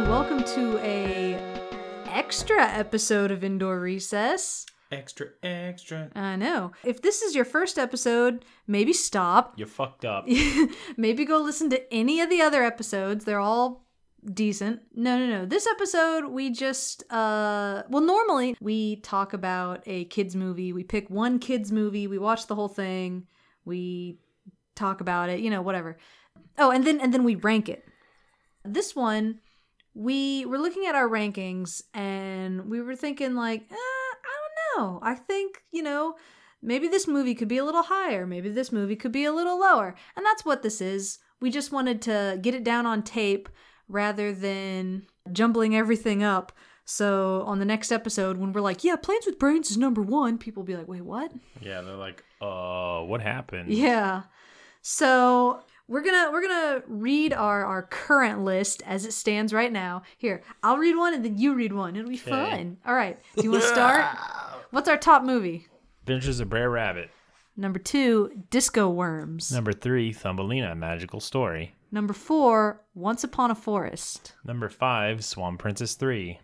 to a extra episode of Indoor Recess. Extra, extra. I know. If this is your first episode, maybe stop. You fucked up. maybe go listen to any of the other episodes. They're all decent. No, no, no. This episode we just uh well normally we talk about a kids movie. We pick one kids movie, we watch the whole thing, we talk about it, you know, whatever. Oh, and then and then we rank it. This one we were looking at our rankings and we were thinking like, eh, I don't know. I think, you know, maybe this movie could be a little higher, maybe this movie could be a little lower. And that's what this is. We just wanted to get it down on tape rather than jumbling everything up. So on the next episode, when we're like, yeah, Planes with Brains is number one, people will be like, wait, what? Yeah, they're like, uh, what happened? Yeah. So we're gonna we're gonna read our our current list as it stands right now. Here, I'll read one and then you read one. It'll be fun. All right. Do you want to start? What's our top movie? Adventures of Brer Rabbit. Number two, Disco Worms. Number three, Thumbelina, A Magical Story. Number four, Once Upon a Forest. Number five, Swan Princess 3.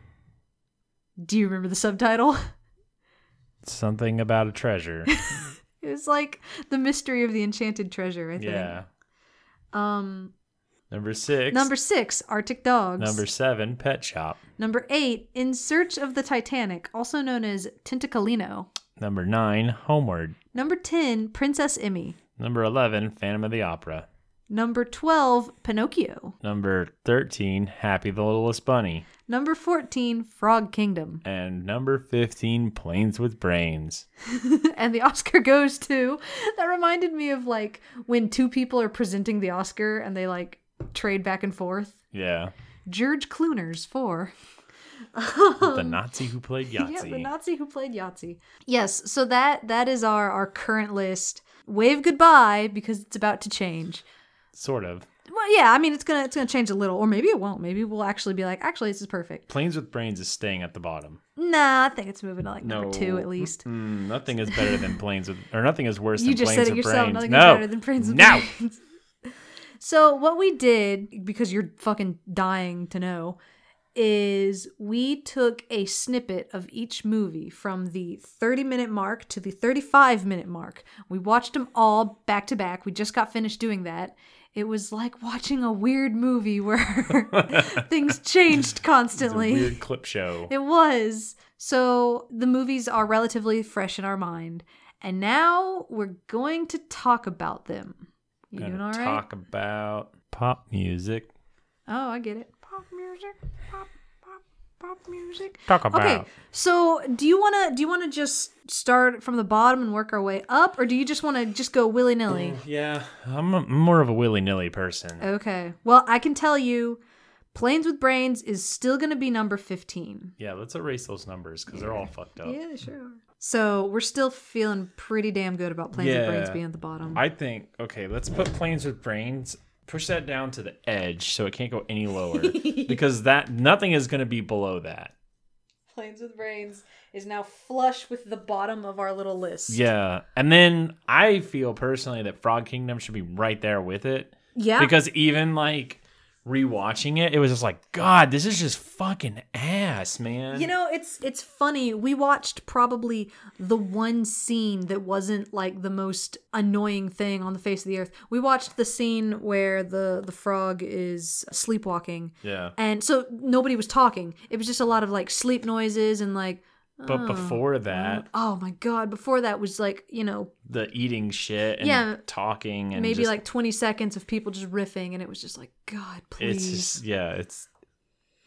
Do you remember the subtitle? Something about a treasure. It was like the mystery of the enchanted treasure. I think. yeah. Um. Number six. Number six, Arctic Dogs. number seven, Pet Shop. Number eight, In Search of the Titanic, also known as Tentacalino. Number nine, Homeward. Number 10, Princess Emmy. Number 11, Phantom of the Opera. Number 12, Pinocchio. Number 13, Happy the Littlest Bunny. Number 14, Frog Kingdom. And number 15, Planes with Brains. and the Oscar goes to. That reminded me of like when two people are presenting the Oscar and they like trade back and forth. Yeah. George Clooners for. the Nazi who played Yahtzee. Yeah, the Nazi who played Yahtzee. Yes, so that that is our our current list. Wave goodbye because it's about to change. sort of. Well, yeah, I mean it's gonna it's gonna change a little, or maybe it won't. Maybe we'll actually be like, actually, this is perfect. Planes with Brains is staying at the bottom. Nah, I think it's moving to like number No. two at least. Mm, nothing is better than planes with, or nothing is worse You than just planes said it with yourself. brains. Nothing no, is better than Friends with no. Brains. So what we did, because you're fucking dying to know, is we took a snippet of each movie from the 30 minute mark to the 35 minute mark. We watched them all back to back. We just got finished doing that. It was like watching a weird movie where things changed It's a constantly. weird clip show. It was. So the movies are relatively fresh in our mind. And now we're going to talk about them. You Gonna doing all right? talk about pop music. Oh, I get it. Pop music. Pop, pop, pop music. Talk about Okay. So, do you want to do you want to just start from the bottom and work our way up or do you just want to just go willy-nilly? yeah. I'm, a, I'm more of a willy nilly person. Okay. Well, I can tell you Planes with Brains is still going to be number 15. yeah, let's erase those numbers because they're all fucked up. Yeah, sure. So we're still feeling pretty damn good about Planes with Brains Yeah. being at the bottom. I think okay, let's put planes with brains. Push that down to the edge so it can't go any lower because that nothing is going to be below that. Planes with Brains is now flush with the bottom of our little list. Yeah. And then I feel personally that Frog Kingdom should be right there with it. Yeah. Because even like rewatching it, it was just like, God, this is just fucking ass, man. you know, it's it's funny. We watched probably the one scene that wasn't like the most annoying thing on the face of the earth. We watched the scene where the the frog is sleepwalking. Yeah. And so nobody was talking. It was just a lot of like sleep noises and like But before that, oh my god, before that was like, you know, the eating shit and Yeah. talking and maybe just- like 20 seconds of people just riffing and it was just like god it's please just yeah, it's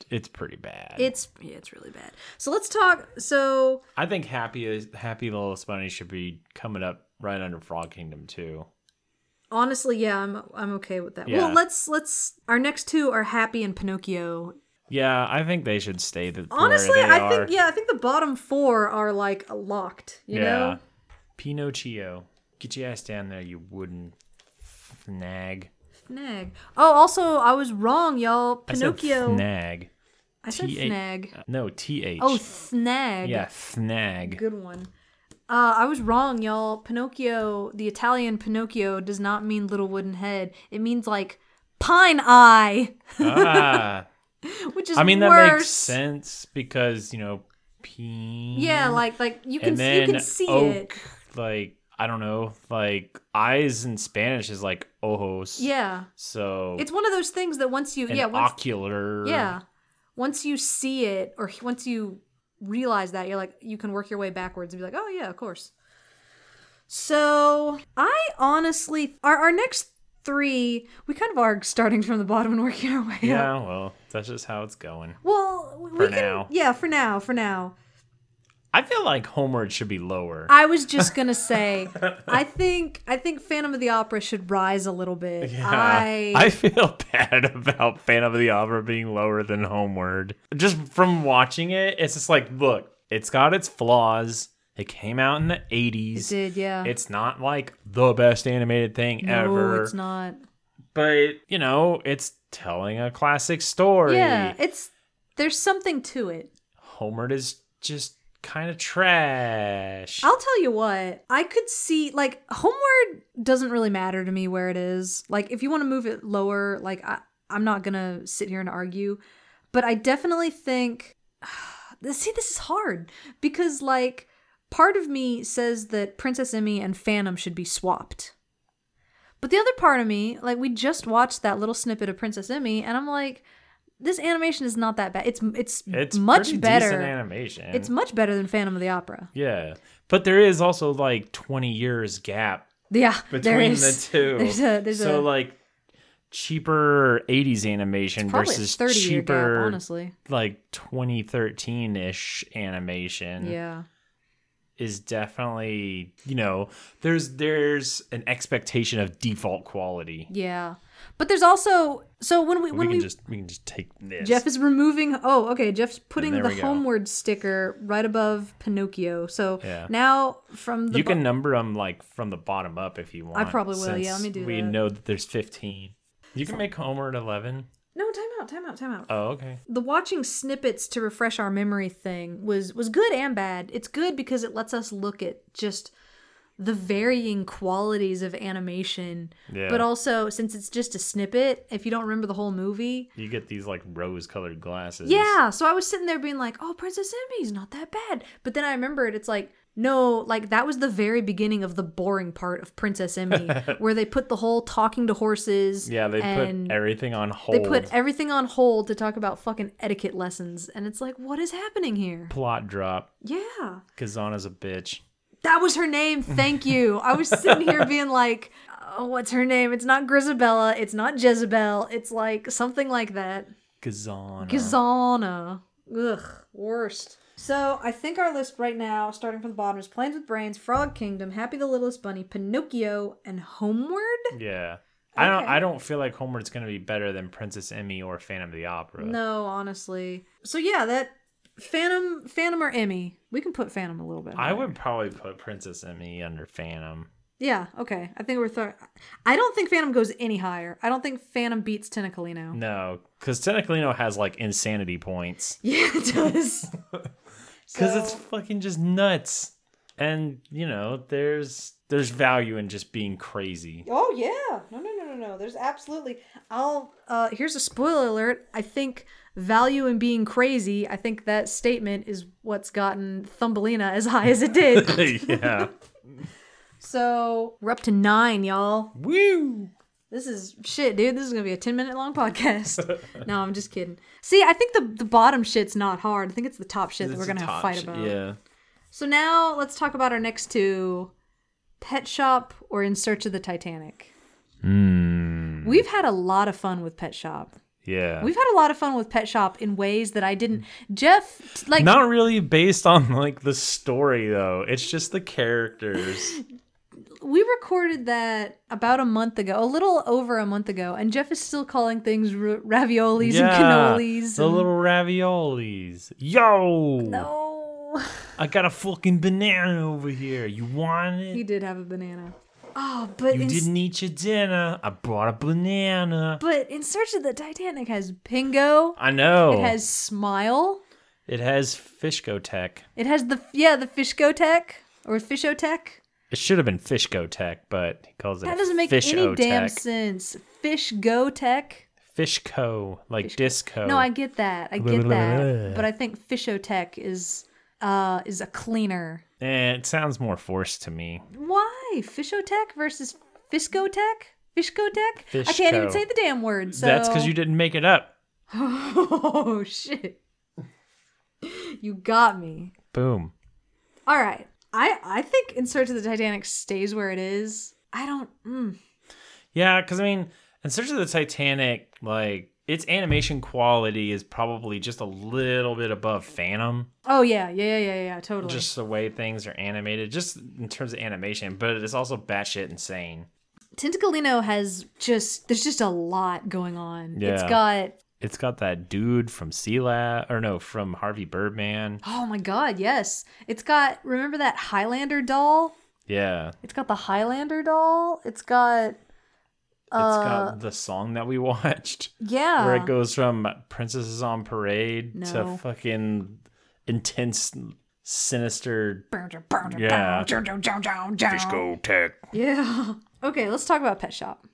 it's pretty bad. it's yeah, it's really bad so let's talk so I think Happy is Happy Little Bunny should be coming up right under Frog Kingdom too. honestly yeah i'm i'm okay with that Yeah. well let's let's our next two are happy and pinocchio Yeah, I think they should stay the honestly where they i are. think yeah i think the bottom four are like locked you know Pinocchio, get your ass down there, you wooden snag. snag oh also i was wrong y'all pinocchio Snag. i said, T A- Uh, snag No, T H. oh snag yeah, snag. Good one. Uh, I was wrong, y'all. Pinocchio, the Italian Pinocchio, does not mean little wooden head. It means like pine eye. ah, which is I mean, that worse. makes sense because you know, peen. Yeah, like like you can and then you can see oak, it. like I don't know, like eyes in Spanish is like ojos. Yeah, So it's one of those things that once you an yeah once, ocular. yeah once you see it or h- once you realize that you're like you can work your way backwards and be like oh yeah of course. So I honestly our our next three we kind of are starting from the bottom and working our way up. Yeah. Well, that's just how it's going. Well, w- we For can, now. Yeah, for now, for now. I feel like Homeward should be lower. I was just gonna say, I think I think Phantom of the Opera should rise a little bit. Yeah. I, I feel bad about Phantom of the Opera being lower than Homeward. Just from watching it, it's just like, look, it's got its flaws. It came out in the 80s. did, yeah. It's not like the best animated thing no, ever. it's not. But, you know, it's telling a classic story. Yeah, it's there's something to it. Homeward is just kind of trash. I'll tell you what, I could see like Homeward doesn't really matter to me where it is. Like if you want to move it lower, like I, I'm not gonna sit here and argue, but I definitely think see this is hard because like part of me says that Princess Emmy and Phantom should be swapped. But the other part of me, like we just watched that little snippet of Princess Emmy, and I'm like, this animation is not that bad. It's it's, it's pretty much decent better. animation. It's much better than Phantom of the Opera. yeah. But there is also like 20 years gap Yeah, there between the is. two. There's a there's so a like cheaper 80s animation probably a versus 30 year cheaper gap, honestly. like 2013ish animation Yeah. is definitely you know there's there's an expectation of default quality Yeah. But there's also so when we we when can we, just we can just take this Jeff is removing oh, okay, Jeff's putting there the we go. homeward sticker right above Pinocchio. So Yeah. now from the you bo- can number them like from the bottom up if you want probably will, yeah, let me since do we that. know that there's 15 you can make homeward 11 No, time out, time out, time out. oh okay the watching snippets to refresh our memory thing was was good and bad. It's good because it lets us look at just the varying qualities of animation. Yeah. But also since it's just a snippet, if you don't remember the whole movie, you get these like rose colored glasses yeah, so I was sitting there being like, "Oh, Princess Emmy's not that bad," but then I remembered it's like, no, like that was the very beginning of the boring part of Princess Emmy, where they put the whole talking to horses. yeah they and put everything on hold they put e- everything on hold to talk about fucking etiquette lessons, and it's like, what is happening here? plot drop Yeah, Kazana's a bitch. that was her name. Thank you. I was sitting here being like, oh, what's her name? It's not Grisabella. It's not Jezebel. It's like something like that. Kazana. Gazana. Ugh, worst. So I think our list right now, starting from the bottom, is Planes with Brains, Frog Kingdom, Happy the Littlest Bunny, Pinocchio, and Homeward. yeah. I don't Okay. I don't feel like Homer's gonna be better than Princess Emmy or Phantom of the Opera. No, honestly. So yeah, that Phantom, Phantom or Emmy. We can put Phantom a little bit. I higher. would probably put Princess Emmy under Phantom. Yeah. Okay. I think we're. Th- I don't think Phantom goes any higher. I don't think Phantom beats Tentacleino. No, because Tentaclino has like insanity points. Yeah, it does. Because So- it's fucking just nuts. And you know, there's there's value in just being crazy. Oh yeah. No no no no no. There's absolutely I'll uh here's a spoiler alert. I think value in being crazy, I think that statement is what's gotten Thumbelina as high as it did. yeah. so we're up to nine, y'all. Woo! This is shit, dude. This is gonna be a ten minute long podcast. no, I'm just kidding. See, I think the the bottom shit's not hard. I think it's the top shit that we're It's gonna a have a top fight sh- about. Yeah. So now let's talk about our next two Pet Shop or In Search of the Titanic. Hmm. We've had a lot of fun with Pet Shop. Yeah. We've had a lot of fun with Pet Shop in ways that I didn't. Jeff, t- like, Not really based on like the story though. It's just the characters. we recorded that about a month ago, a little over a month ago, and Jeff is still calling things r- raviolis and cannolis. The and- little raviolis. Yo! No. I got a fucking banana over here. You want it? He did have a banana. Oh, but you in, didn't eat your dinner. I brought a banana. but in Search of the Titanic has Pingo. I know. It has Smile. it has Fishco Tech. It has the yeah the Fishco Tech or Fishotech. It should have been Fishco Tech, but he calls it That doesn't make any Fish-O-Tech. damn sense. Fish Go Tech. Fishco, like disco. No, I get that. I get that. But I think Fishotech is uh is a cleaner. Eh, it sounds more forced to me. Why? Fishotech versus Fiscotech? Fishcotech? I can't even Fishco. say the damn word. So That's because you didn't make it up. Oh shit. You got me. Boom. All right. I I think In Search of the Titanic stays where it is. I don't mm. Yeah, because I mean, in search of the Titanic, like its animation quality is probably just a little bit above Phantom, Oh yeah, yeah, yeah, yeah, yeah, totally. just the way things are animated, just in terms of animation. But it's also batshit insane. Tentacleino has just there's just a lot going on. It's Yeah. got It's got that dude from Sea Lab, or no, from Harvey Birdman. oh my god, yes. It's got remember that Highlander doll? Yeah, It's got the Highlander doll. It's got it's got the song that we watched, yeah. where it goes from Princesses on Parade uh, No. to fucking intense, sinister yeah. Yeah. Fisco Tech. Yeah. Okay, let's talk about Pet Shop.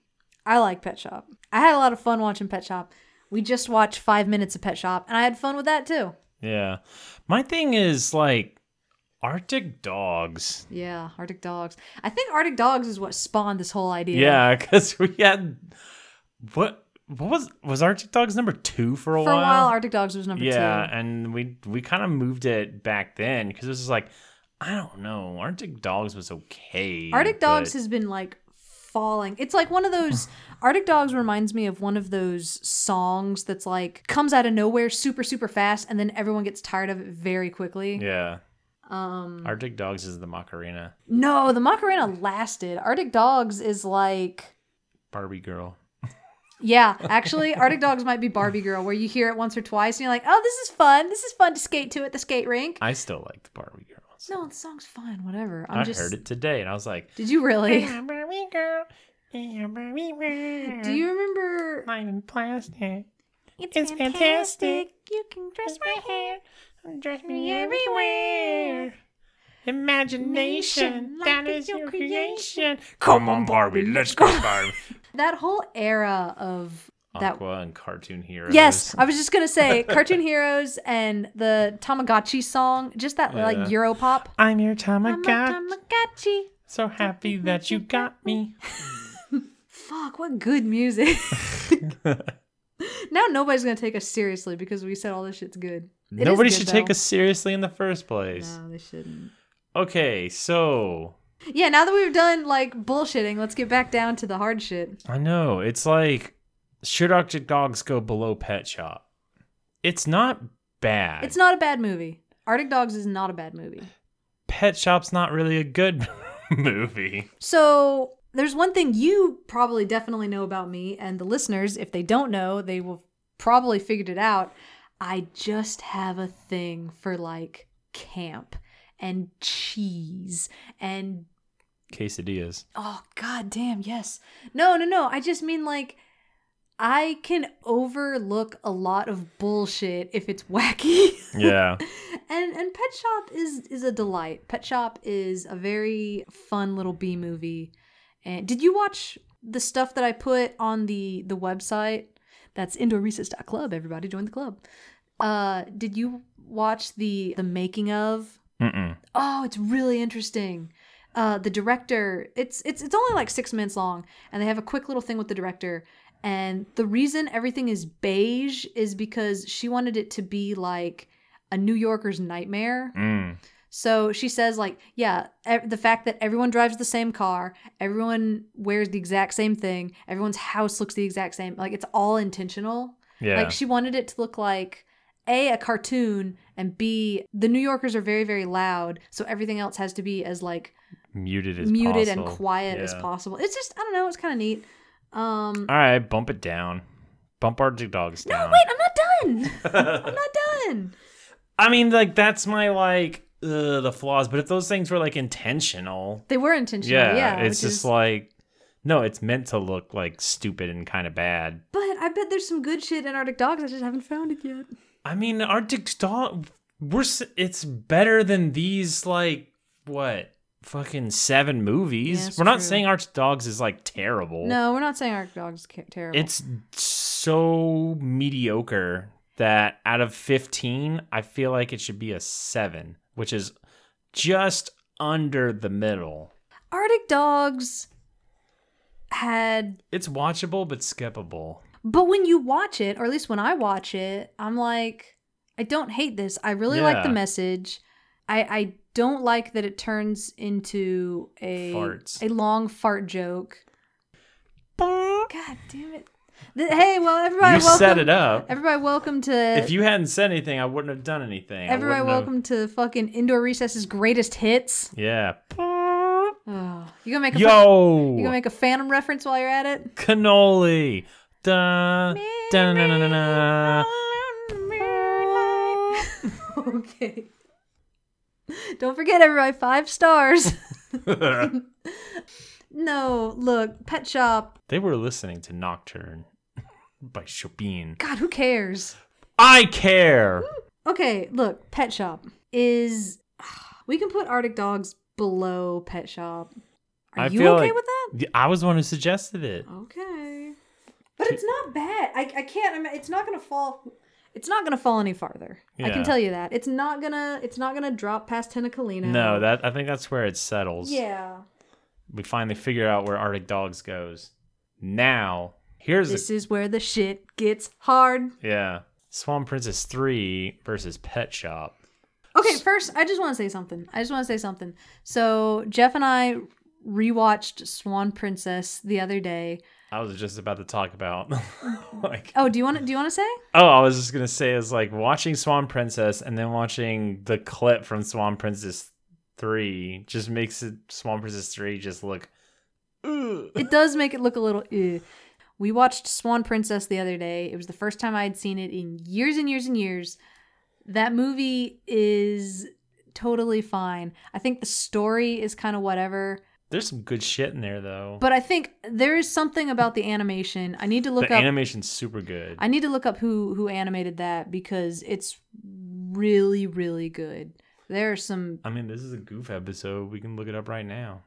I like Pet Shop. I had a lot of fun watching Pet Shop. We just watched five minutes of Pet Shop, and I had fun with that too. Yeah. My thing is like Arctic dogs. Yeah, Arctic Dogs. I think Arctic Dogs is what spawned this whole idea. Yeah, because we had what what was was Arctic Dogs number two for a For a while? while, Arctic Dogs was number yeah, two. and we we kind of moved it back then because it was just like I don't know. Arctic Dogs was okay. Arctic Dogs but- has been like falling. It's like one of those. Arctic Dogs reminds me of one of those songs that's like comes out of nowhere super, super fast, and then everyone gets tired of it very quickly. yeah. Um, Arctic Dogs is the Macarena No, the Macarena lasted. Arctic Dogs is like. Barbie girl. Yeah, actually, Arctic Dogs might be Barbie Girl, where you hear it once or twice and you're like, oh, this is fun. This is fun to skate to at the skate rink. I still like the Barbie girls. No, the song's fine, whatever. I'm I just. heard it today and I was like, Did you really? "Yeah, Barbie girl, yeah, Barbie girl, Do you remember? Mm-hmm. mine in plastic. It's, It's fantastic. You can dress Dress my my hair, dress me everywhere. everywhere. Imagination, Life that is is your your creation. Come on, Barbie. Let's go, Barbie. That whole era of that. Aqua and cartoon heroes. Yes, I was just going to say Cartoon Heroes and the Tamagotchi song, just that like Yeah. Europop. I'm your Tamagotchi. Tamagotchi. So happy that you got me. Fuck, what good music. now nobody's going to take us seriously because we said all this shit's good. It is Nobody good, should though. take us seriously in the first place. No, they shouldn't. Okay, so Yeah, now that we've done like bullshitting, let's get back down to the hard shit. I know it's like should Arctic Dogs go below Pet Shop? It's not bad. It's not a bad movie. Arctic Dogs is not a bad movie. Pet Shop's not really a good movie. So, there's one thing you probably definitely know about me, and the listeners, if they don't know, they will probably figured it out. I just have a thing for like camp and cheese and Quesadillas. Oh god damn, yes. No, no, no. I just mean like I can overlook a lot of bullshit if it's wacky. Yeah. and and Pet Shop is is a delight. Pet Shop is a very fun little B movie. And did you watch the stuff that I put on the the website? That's indoorrecess.club. Everybody join the club. Uh did you watch the the making of Mm-mm. Oh, it's really interesting. Uh, the director, it's it's it's only like six minutes long, and they have a quick little thing with the director. And the reason everything is beige is because she wanted it to be like a New Yorker's nightmare. Mm. So she says, like, yeah, ev- the fact that everyone drives the same car, everyone wears the exact same thing, everyone's house looks the exact same, like it's all intentional. Yeah. Like she wanted it to look like A, a cartoon, and B, the New Yorkers are very, very loud, so everything else has to be as like muted as muted possible. and quiet as Yeah. possible. It's just I don't know, it's kinda neat. Um All right, bump it down. Bump Arctic Dogs No, down. wait, I'm not done. I'm not done. I mean, like that's my like uh, the flaws, but if those things were like intentional, They were intentional, yeah, yeah. it's which just is- like no, it's meant to look like stupid and kind of bad. But I bet there's some good shit in Arctic Dogs, I just haven't found it yet. I mean, Arctic Dog, we're s- it's better than these like what fucking seven movies. Yes, we're not true. saying Arctic Dogs is like terrible. No, we're not saying Arctic Dogs is ca- terrible. it's so mediocre that out of 15, I feel like it should be a 7, which is just under the middle. Arctic Dogs had, It's watchable but skippable. but when you watch it, or at least when I watch it, I'm like, I don't hate this. I really like the Yeah. message. I I don't like that it turns into a Farts. a long fart joke. God damn it! Th- hey, well, everybody, You welcome. set it up. Everybody, welcome to. If you hadn't said anything, I wouldn't have done anything. I everybody, wouldn't have- welcome to fucking indoor recess's greatest hits. Yeah. Oh, you gonna make a fa- Yo, you gonna make a Phantom reference while you're at it? cannoli. Da, da, na, na, na, na. okay. Don't forget, everybody, five stars. no, look, Pet Shop. They were listening to Nocturne by Chopin. God, who cares? I care. Okay, look, Pet Shop is. We can put Arctic Dogs below Pet Shop. Are I you feel okay like- with that? I was the one who suggested it. Okay. But it's not bad. I, I can't. I'm, it's not gonna fall. It's not gonna fall any farther. I can Yeah. tell you that. It's not gonna. It's not gonna drop past Tenacolina. No, that I think that's where it settles. Yeah. We finally figure out where Arctic Dogs goes. Now, here's This is where the shit gets hard. a, yeah. Swan Princess 3 versus Pet Shop. Okay, first I just want to say something. I just want to say something. So Jeff and I rewatched Swan Princess the other day. I was just about to talk about like Oh, do you want to? Do you want to say? Oh, I was just gonna say is like watching Swan Princess and then watching the clip from Swan Princess three just makes it Swan Princess three just look. Ugh. it does make it look a little eh. we watched swan princess the other day it was the first time i had seen it in years and years and years that movie is totally fine i think the story is kind of whatever There's some good shit in there though. but i think there is something about the animation i need to look the up animation's super good. i need to look up who who animated that because it's really really good there are some I mean, this is a goof episode. We can look it up right now.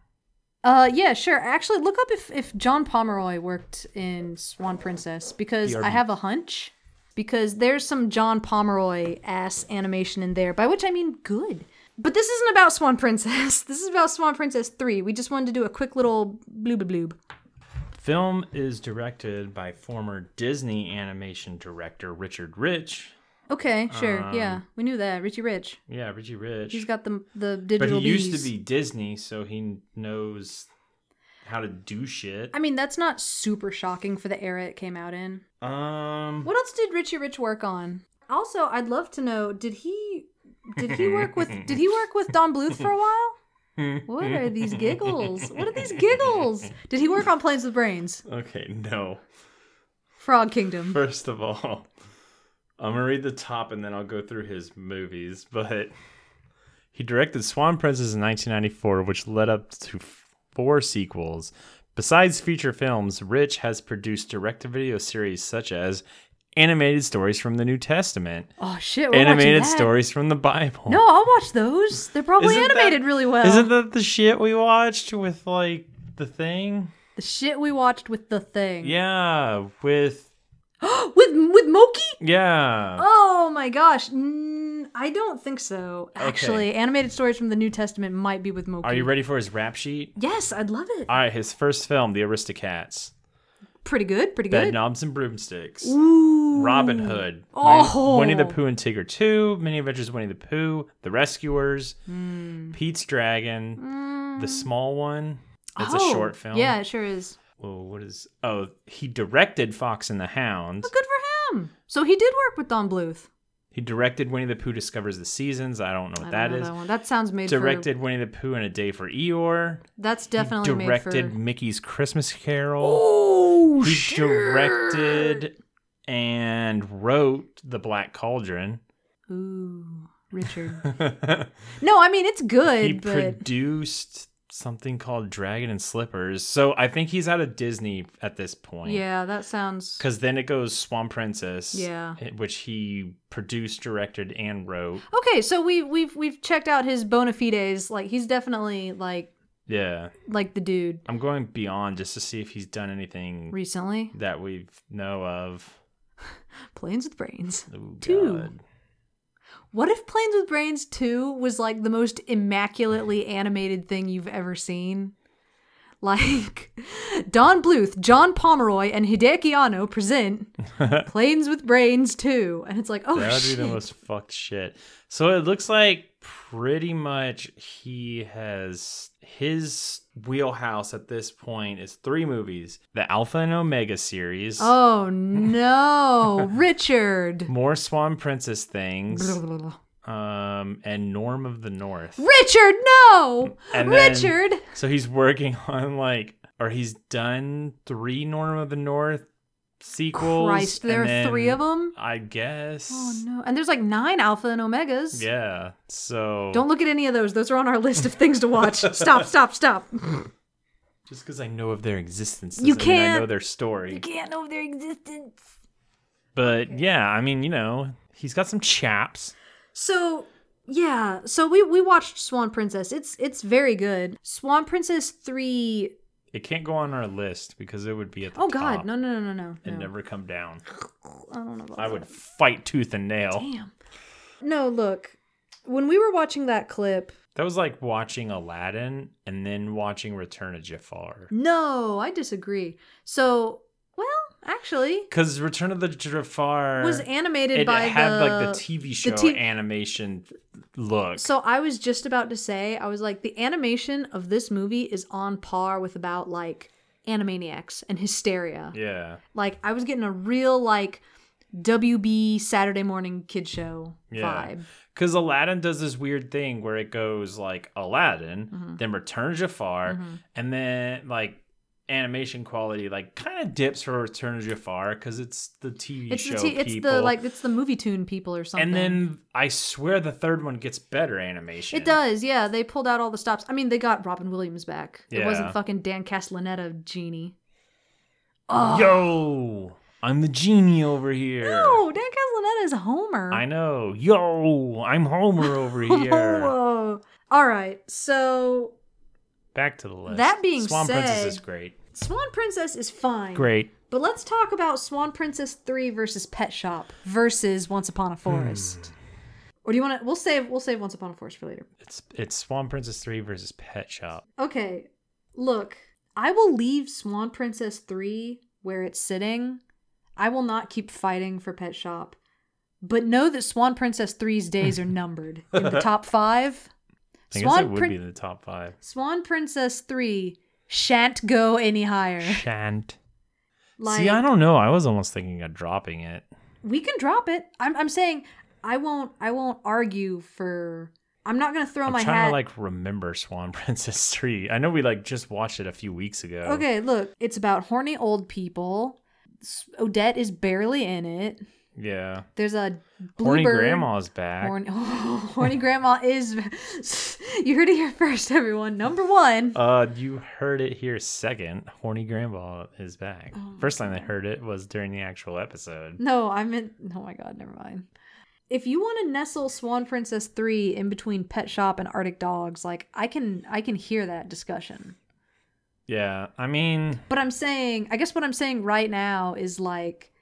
uh yeah sure actually look up if if john pomeroy worked in swan princess because BRB. i have a hunch because there's some john pomeroy ass animation in there by which i mean good but this isn't about swan princess this is about swan princess 3 we just wanted to do a quick little bloob bloob Film is directed by former Disney animation director Richard Rich. okay sure Um, yeah we knew that richie rich Yeah, Richie Rich. he's got the the but digital he used to bees. be Disney, so he knows how to do shit. i mean that's not super shocking for the era it came out in Um, What else did Richie Rich work on? Also, I'd love to know did he did he work with did he work with Don Bluth for a while? What are these giggles? What are these giggles? Did he work on Planes with Brains? Okay, no. Frog Kingdom. First of all, I'm gonna read the top and then I'll go through his movies. But he directed Swan Princess in 1994, which led up to four sequels. Besides feature films, Rich has produced direct-to-video series such as animated stories from the New Testament, Oh shit, we're watching animated that. stories from the Bible. No, I'll watch those. They're probably Isn't that- animated really well. Isn't that the shit we watched with like the thing? the shit we watched with the thing. Yeah, with With with Moki? yeah. Oh my gosh. Mm, I don't think so. Actually, animated stories from the New Testament might be with Moki. Are you ready for his rap sheet? Yes, I'd love it. All right, his first film, The Aristocats, Pretty good, pretty Bed good. Knobs and Broomsticks, Ooh. Robin Hood, Oh. Winnie the Pooh and Tigger 2, Many Adventures of Winnie the Pooh, The Rescuers, Hmm. Pete's Dragon, The Small One. It's Oh, a short film. Yeah, it sure is. Whoa, what is. Oh, he directed Fox and the Hound. Good for him. So he did work with Don Bluth. He directed Winnie the Pooh Discovers the Seasons. I don't know I don't what that know is. That, one. that sounds made Directed Winnie the Pooh and A Day for Eeyore. for. That's definitely directed made for. Mickey's Christmas Carol. Oh He directed and wrote The Black Cauldron. Ooh, Richard. he No, I mean it's good, but produced something called Dragon and Slippers. So I think he's out of Disney at this point. yeah, that sounds. Because then it goes Swan Princess. Yeah. eh, Which he produced, directed, and wrote. Okay, so we we've we've checked out his bona fides. Like he's definitely like Yeah. like the dude I'm going beyond just to see if he's done anything recently. that we know of. Planes with Brains. Ooh, Two. God. What if Planes with Brains 2 was like the most immaculately animated thing you've ever seen? Like, Don Bluth, John Pomeroy, and Hideki Anno present Planes with Brains 2. And it's like, oh, That would be shit. the most fucked shit. So it looks like pretty much he has his wheelhouse at this point is three movies: the Alpha and Omega series, Oh, no. Richard. more Swan Princess Blah, things, blah, blah. um, and Norm of the North. Richard, no! And then- Richard! So he's working on like, or he's done three Norm of the North sequels. Christ, there and are three then of them? I guess. Oh, no. And there's like nine Alpha and Omegas. Yeah. So Don't look at any of those. Those are on our list of things to watch. stop, stop, stop. Just because I know of their existence, You doesn't mean I know can't- their story. can't know their existence. But yeah, I mean, you know, he's got some chaps. So yeah, so we we watched Swan Princess. It's it's very good. Swan Princess three It can't go on our list because it would be at the Oh god, top no no no no no. and no. never come down. I don't know about I that. would fight tooth and nail. Damn. No, look. When we were watching that clip, That was like watching Aladdin and then watching Return of Jafar. no, I disagree. So well, actually Because Return of the Jafar was animated it by had the, like the TV show T- animation look. So I was just about to say, I was like, the animation of this movie is on par with about like Animaniacs and Hysteria. yeah, Like I was getting a real like WB Saturday morning kid show Yeah. vibe. because Aladdin does this weird thing where it goes like Aladdin, Mm-hmm. then Return of Jafar, and then like animation quality like kind of dips for Return of Jafar because it's the TV It's show the t- it's people. the like it's the movie tune people or something. and then I swear the third one gets better animation. it does, yeah. They pulled out all the stops. I mean, they got Robin Williams back. It Yeah. wasn't fucking Dan Castellaneta genie. Yo, I'm the genie over here. Oh, Dan Castellaneta is Homer. I know. Yo, I'm Homer over here. Whoa. All right, so Back to the list. That being Swan said- Princess is great. Swan Princess is fine. Great. But let's talk about Swan Princess 3 versus Pet Shop versus Once Upon Hmm. a Forest. Or do you want to we'll save we'll save Once Upon a Forest for later. It's it's Swan Princess three versus Pet Shop. Okay. Look, I will leave Swan Princess 3 where it's sitting. I will not keep fighting for Pet Shop. But know that Swan Princess 3's days are numbered in the top 5. I guess it Swan would Prin- be in the top five. Swan Princess 3 shan't go any higher. Shan't. See, I don't know. I was almost thinking of dropping it. we can drop it. I'm, I'm saying I won't I won't argue for I'm not gonna throw I'm my trying hat. to like remember Swan Princess 3. I know we like just watched it a few weeks ago. okay, look, it's about horny old people. S- Odette is barely in it. Yeah. There's a Horny bluebird- Grandma's back. Horny, horny grandma is. you heard it here first, everyone. Number one. Uh, you heard it here second. Horny Grandma is back. Oh First time I heard it was during the actual episode. No, I meant. Oh my god, never mind. If you want to nestle Swan Princess three in between Pet Shop and Arctic Dogs, like I can, I can hear that discussion. Yeah. I mean, But I'm saying, I guess what I'm saying right now is like,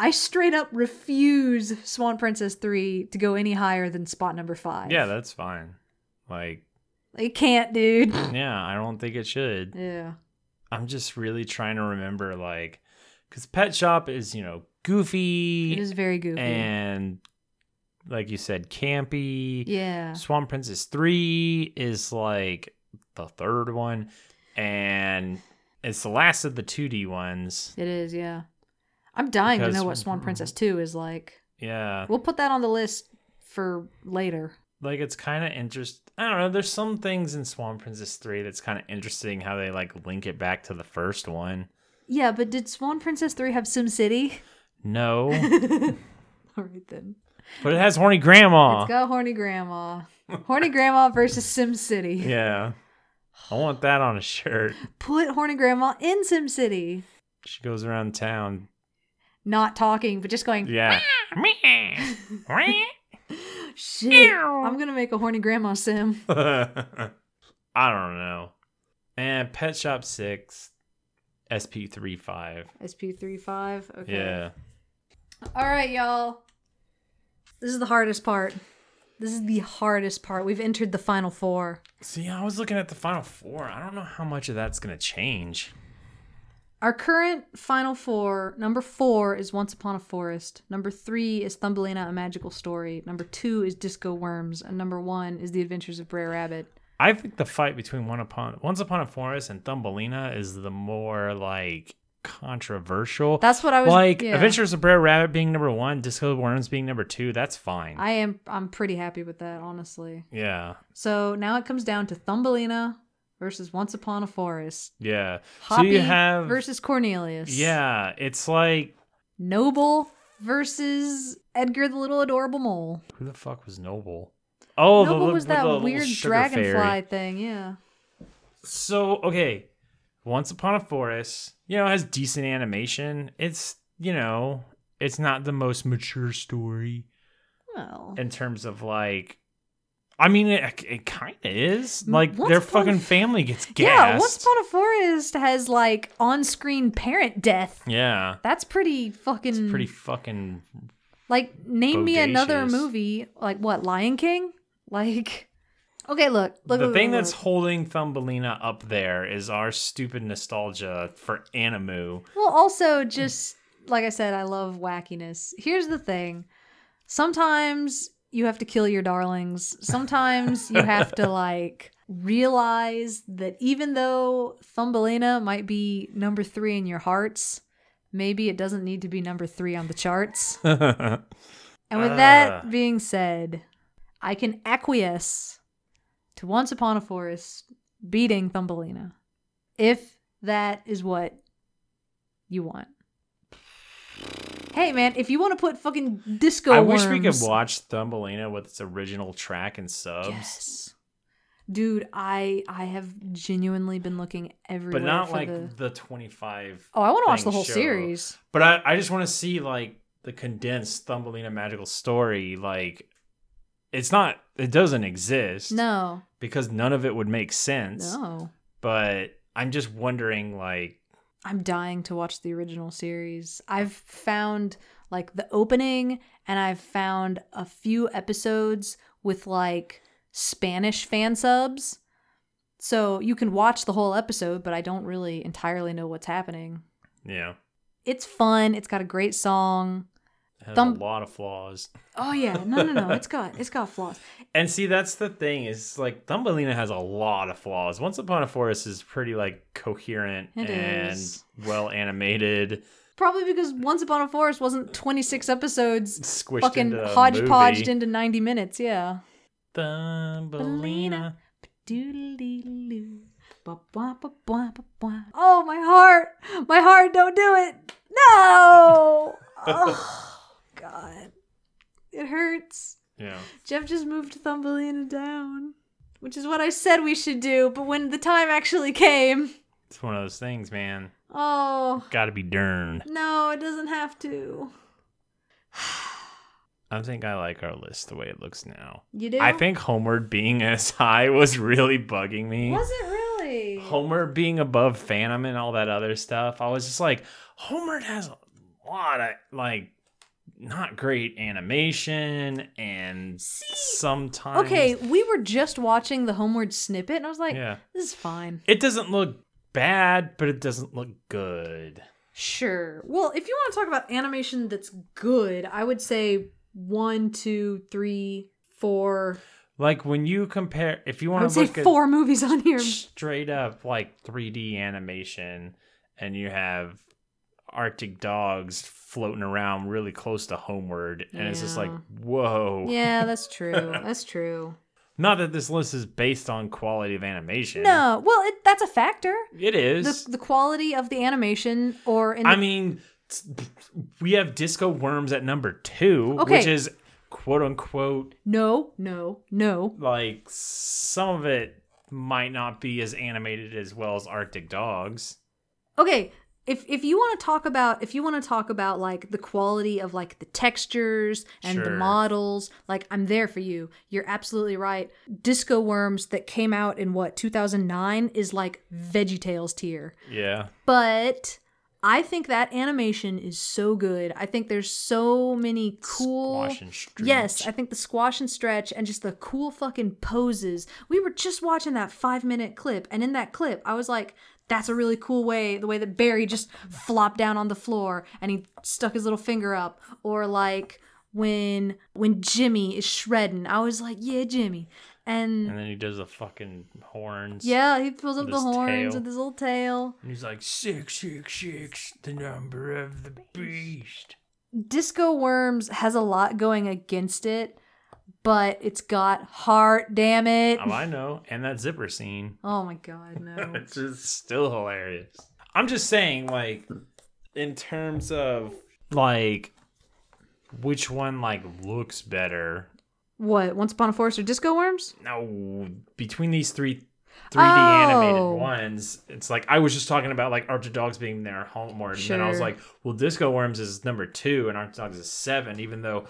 I straight up refuse Swan Princess 3 to go any higher than spot number five. yeah, that's fine. Like, It can't, dude. yeah, I don't think it should. yeah. I'm just really trying to remember, like, because Pet Shop is, you know, goofy. It is very goofy. and like you said, campy. yeah. Swan Princess Three is like the third one, and it's the last of the two D ones. It is, yeah. I'm dying to Because- Mm. know what Swan Princess 2 is like. Yeah, We'll put that on the list for later. like it's kind of interest. I don't know. There's some things in Swan Princess Three that's kind of interesting how they like link it back to the first one. Yeah, but did Swan Princess 3 have SimCity? No, All right, then. but it has horny grandma. Let's go, Horny Grandma. Horny Grandma versus SimCity. Yeah, I want that on a shirt. Put Horny Grandma in SimCity. She goes around town. not talking, but just going, Yeah, shit, I'm gonna make a horny grandma sim. I don't know. And Pet Shop 6, SP35. SP35. Okay. Yeah. All right, y'all. This is the hardest part. This is the hardest part. We've entered the final four. See, I was looking at the final four. I don't know how much of that's gonna change. Our current final four number four is Once Upon a Forest. Number three is Thumbelina, a magical story. Number two is Disco Worms. And number one is The Adventures of Brer Rabbit. I think the fight between One Upon Once Upon a Forest and Thumbelina is the more like controversial. That's what I was like yeah. Adventures of Brer Rabbit being number one, Disco Worms being number two. That's fine. I am I'm pretty happy with that, honestly. yeah, So now it comes down to Thumbelina versus Once Upon a Forest. yeah. Hoppy so you have versus Cornelius. yeah. It's like Noble versus Edgar the Little Adorable Mole. who the fuck was Noble? Oh, the, Noble li- was with that the little weird sugar dragonfly fairy. thing, yeah. So okay, Once Upon a Forest, you know, has decent animation. It's you know, it's not the most mature story. Well, in terms of like I mean it, it kind of is like Once their upon a- fucking family gets gassed. yeah. Once Upon a Forest has like on-screen parent death. yeah. That's pretty fucking. It's pretty fucking Like, name me another bodacious. movie. Like what? Lion King. Like, okay, look, look. The look, thing look, that's look. holding Thumbelina up there is our stupid nostalgia for Animu. Well, also, just like I said, I love wackiness. Here's the thing sometimes you have to kill your darlings, sometimes you have to like realize that even though Thumbelina might be number three in your hearts, maybe it doesn't need to be number three on the charts. And with Ah. that being said, I can acquiesce to Once Upon a Forest beating Thumbelina if that is what you want. Hey man, if you want to put fucking disco, I wish we could Worms- watch Thumbelina with its original track and subs, Yes, dude, I I have genuinely been looking everywhere, but not for like the. the 25 Oh, I want to watch the thing whole show. series. But I, I just want to see like the condensed Thumbelina magical story. Like, it's not, it doesn't exist. No, Because none of it would make sense. no, But I'm just wondering, like, I'm dying to watch the original series. I've found like the opening and I've found a few episodes with like Spanish fan subs. So you can watch the whole episode, but I don't really entirely know what's happening. you know, It's fun. It's got a great song. it has Thumb- a lot of flaws. Oh yeah, no no no, it's got it's got flaws. And see, that's the thing is like Thumbelina has a lot of flaws. Once Upon a Forest is pretty like coherent It and is. well animated, Probably because Once Upon a Forest wasn't 26 episodes squished fucking into a hodgepodged movie. into 90 minutes, yeah. Thumbelina. Doodle-dee-doo. Ba-ba-ba-ba-ba-ba. Oh, my heart. My heart, don't do it. No. oh, God. It hurts. Yeah. Jeff just moved Thumbelina down, which is what I said we should do, but when the time actually came, It's one of those things, man. oh, Gotta be darned. no, it doesn't have to. I think I like our list the way it looks now. You do? I think Homeward being as high was really bugging me. Was it really? Homeward being above Phantom and all that other stuff. I was just like, Homeward has a lot of like not great animation and sometimes Okay, we were just watching the Homeward snippet, and I was like, yeah. this is fine. It doesn't look bad, but it doesn't look good. Sure. Well, if you want to talk about animation that's good, I would say one, two, three, four. Like when you compare, if you I want would to say look at four movies on here. straight up like 3D animation, and you have Arctic dogs floating around really close to Homeward, and it's just like, Yeah. whoa. Yeah, that's true. That's true. Not that this list is based on quality of animation. No, well, it, that's a factor. It The, is. the quality of the animation, or in the, I mean, t- we have Disco Worms at number two, which Okay. is quote unquote no, no, no. like some of it might not be as animated as well as Arctic dogs. Okay, if if you want to talk about if you want to talk about like the quality of like the textures and the Sure. models, like I'm there for you. You're absolutely right. Disco Worms that came out in what 2009 is like VeggieTales tier, Yeah. but I think that animation is so good. I think there's so many cool. Squash and stretch. Yes, I think the squash and stretch and just the cool fucking poses. We were just watching that five minute clip, and in that clip, I was like, that's a really cool way, the way that Barry just flopped down on the floor and he stuck his little finger up, or like when when Jimmy is shredding, I was like, yeah, Jimmy. And, and then he does the fucking horns. yeah, he pulls up with the his horns tail. with his little tail. And he's like six six six, the number of the beast. Disco Worms has a lot going against it, but it's got heart, damn it. Oh, I know. And that zipper scene. Oh my god, no. It's just still hilarious. I'm just saying, like, in terms of like which one like looks better. what? Once Upon a Forest or Disco Worms? No, between these three 3D Oh. animated ones, it's like I was just talking about like Archer Dogs being their homeward, and then I was Sure. like, well, Disco Worms is number two, and Arctic Dogs is seven, even though.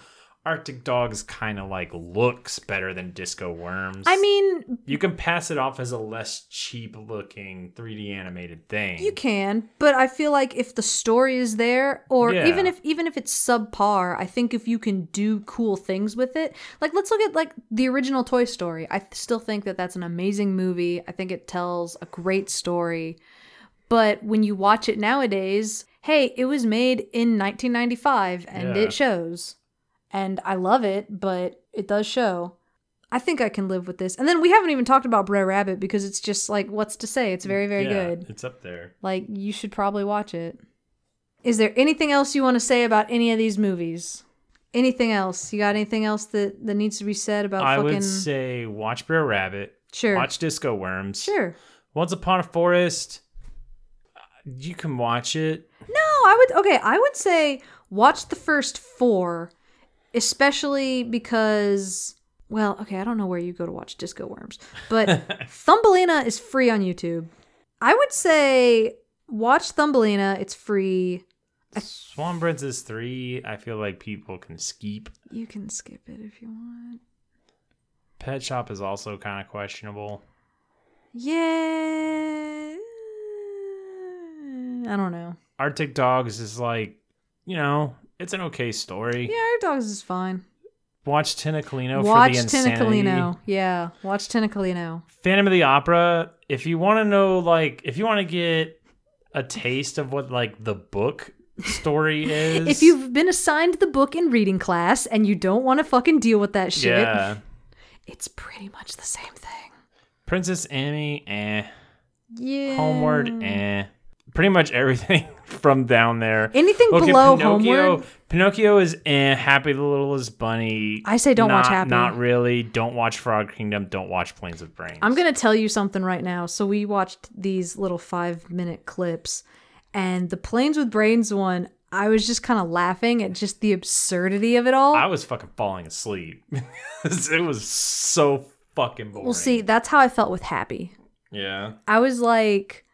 Arctic Dogs kind of like looks better than Disco Worms. I mean, you can pass it off as a less cheap looking 3D animated thing. you can, but I feel like if the story is there or Yeah. even if even if it's subpar, I think if you can do cool things with it. Like let's look at like the original Toy Story. I th- still think that that's an amazing movie. I think it tells a great story. But when you watch it nowadays, hey, it was made in 1995 and Yeah. it shows. And I love it, but it does show. I think I can live with this. And then we haven't even talked about Brer Rabbit because it's just like, what's to say? It's very, very Yeah, good. It's up there. Like, you should probably watch it. Is there anything else you want to say about any of these movies? Anything else? You got anything else that, that needs to be said about I Oh, fucking. would say watch Brer Rabbit, sure. watch Disco Worms, Sure. Once Upon a Forest. Uh, You can watch it. No, I would okay, I would say watch the first four, especially because well, okay, I don't know where you go to watch Disco Worms, but Thumbelina is free on YouTube. I would say watch Thumbelina, it's free. Swan Princess three. I feel like people can skip. You can skip it if you want. Pet Shop is also kind of questionable. Yeah. I don't know. Arctic Dogs is like, you know, it's an okay story. Yeah, our dogs is fine. Watch Tentaclino watch for the insanity. Tentacolino. Yeah, watch Tentacolino. Phantom of the Opera, if you want to know, like, if you want to get a taste of what, like, the book story is. If you've been assigned the book in reading class and you don't want to fucking deal with that shit, Yeah. it's pretty much the same thing. Princess Annie, eh. Yeah. Homeward, eh. Pretty much everything from down there. Anything Look at below Pinocchio. Homeward. Pinocchio is eh. Happy the Littlest Bunny. I say don't watch Not- Happy. Not really. Don't watch Frog Kingdom. Don't watch Planes of Brains. I'm going to tell you something right now. So we watched these little 5-minute clips and the Planes with Brains one, I was just kind of laughing at just the absurdity of it all. I was fucking falling asleep. it was so fucking boring. well, see, that's how I felt with Happy. Yeah. I was like,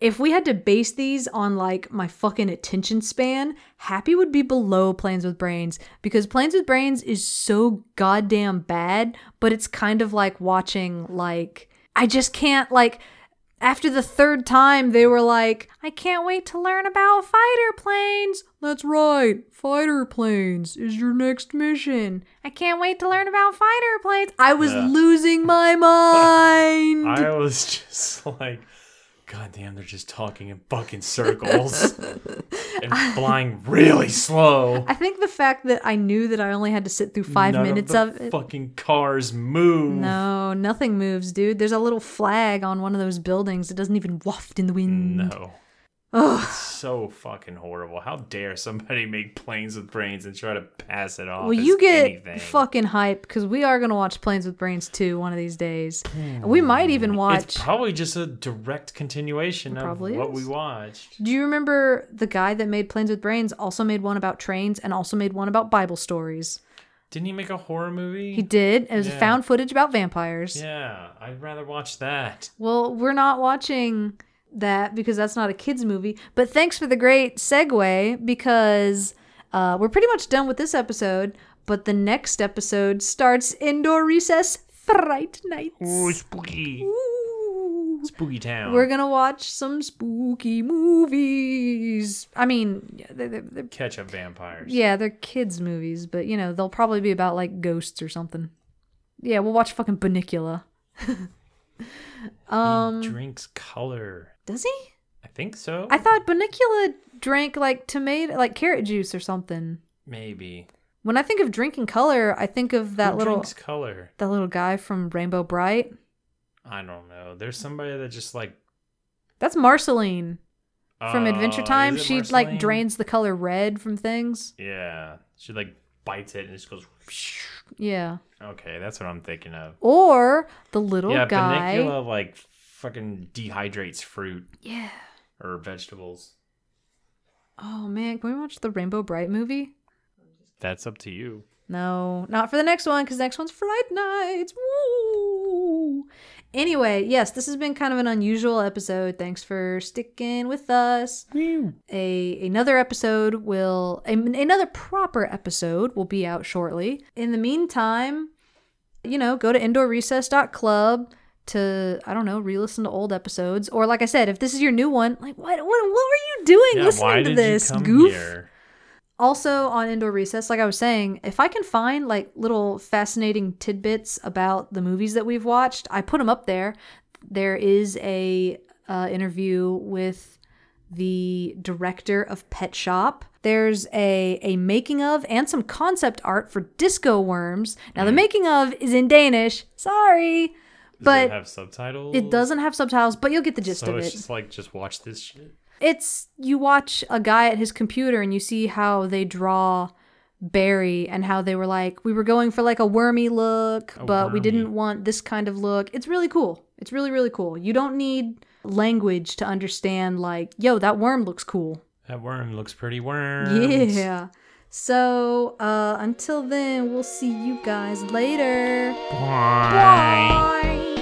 if we had to base these on like my fucking attention span, Happy would be below Planes with Brains because Planes with Brains is so goddamn bad, but it's kind of like watching like I just can't like after the third time they were like, I can't wait to learn about fighter planes. That's right. Fighter planes is your next mission. I can't wait to learn about fighter planes. I was Yeah. losing my mind. I was just like, God damn, they're just talking in fucking circles and flying really slow. I think the fact that I knew that I only had to sit through five None minutes the of it. Fucking cars move. no, nothing moves, dude. There's a little flag on one of those buildings. It doesn't even waft in the wind. No. Ugh. So fucking horrible. How dare somebody make planes with brains and try to pass it off? Well, as you get anything. fucking hype because we are gonna watch Planes with Brains 2 one of these days. And We might even watch. Hmm. It's probably just a direct continuation of probably what is. we watched. Do you remember the guy that made Planes with Brains also made one about trains and also made one about Bible stories? Didn't he make a horror movie? He did. It was Yeah. found footage about vampires. Yeah, I'd rather watch that. Well, we're not watching that because that's not a kids movie. But thanks for the great segue because uh, we're pretty much done with this episode. But the next episode starts indoor recess Fright nights. Ooh, spooky. Ooh. Spooky Town. We're gonna watch some spooky movies. I mean, yeah, they're, they're, they're, catch up vampires. yeah, they're kids' movies, but you know they'll probably be about like ghosts or something. Yeah, we'll watch fucking Banicula. um, he drinks color. does he? I think so. I thought Banicula drank like tomato, like carrot juice or something. Maybe. When I think of drinking color, I think of that Who little drinks color. that little guy from Rainbow Bright. I don't know. There's somebody that just like That's Marceline from Adventure Oh, Time. is it She Marceline? like drains the color red from things. Yeah, she like bites it and it just goes. Yeah. Okay, that's what I'm thinking of. Or the little yeah, Oh, guy. panicula like fucking dehydrates fruit Yeah. or vegetables. Oh man, can we watch the Rainbow Bright movie? That's up to you. No, not for the next one because next one's Fright Nights. Woo! Anyway, yes, this has been kind of an unusual episode. Thanks for sticking with us. A another episode will an- another proper episode will be out shortly. In the meantime, you know, go to indoorrecess.club to I don't know, re-listen to old episodes or like I said, if this is your new one, like what what, what were you doing Yeah, listening why to did this you come goof? here? also on indoor recess like i was saying if i can find like little fascinating tidbits about the movies that we've watched i put them up there there is a uh, interview with the director of pet shop there's a a making of and some concept art for disco worms now the making of is in danish sorry Hmm. Does but it have subtitles. it doesn't have subtitles but you'll get the gist So of it's it just like just watch this shit. it's you watch a guy at his computer and you see how they draw Barry and how they were like, we were going for like a wormy look, A but we wormy. didn't want this kind of look. It's really cool. It's really, really cool. You don't need language to understand, like, yo, that worm looks cool. That worm looks pretty worm. Yeah. So uh, until then, we'll see you guys later. Bye.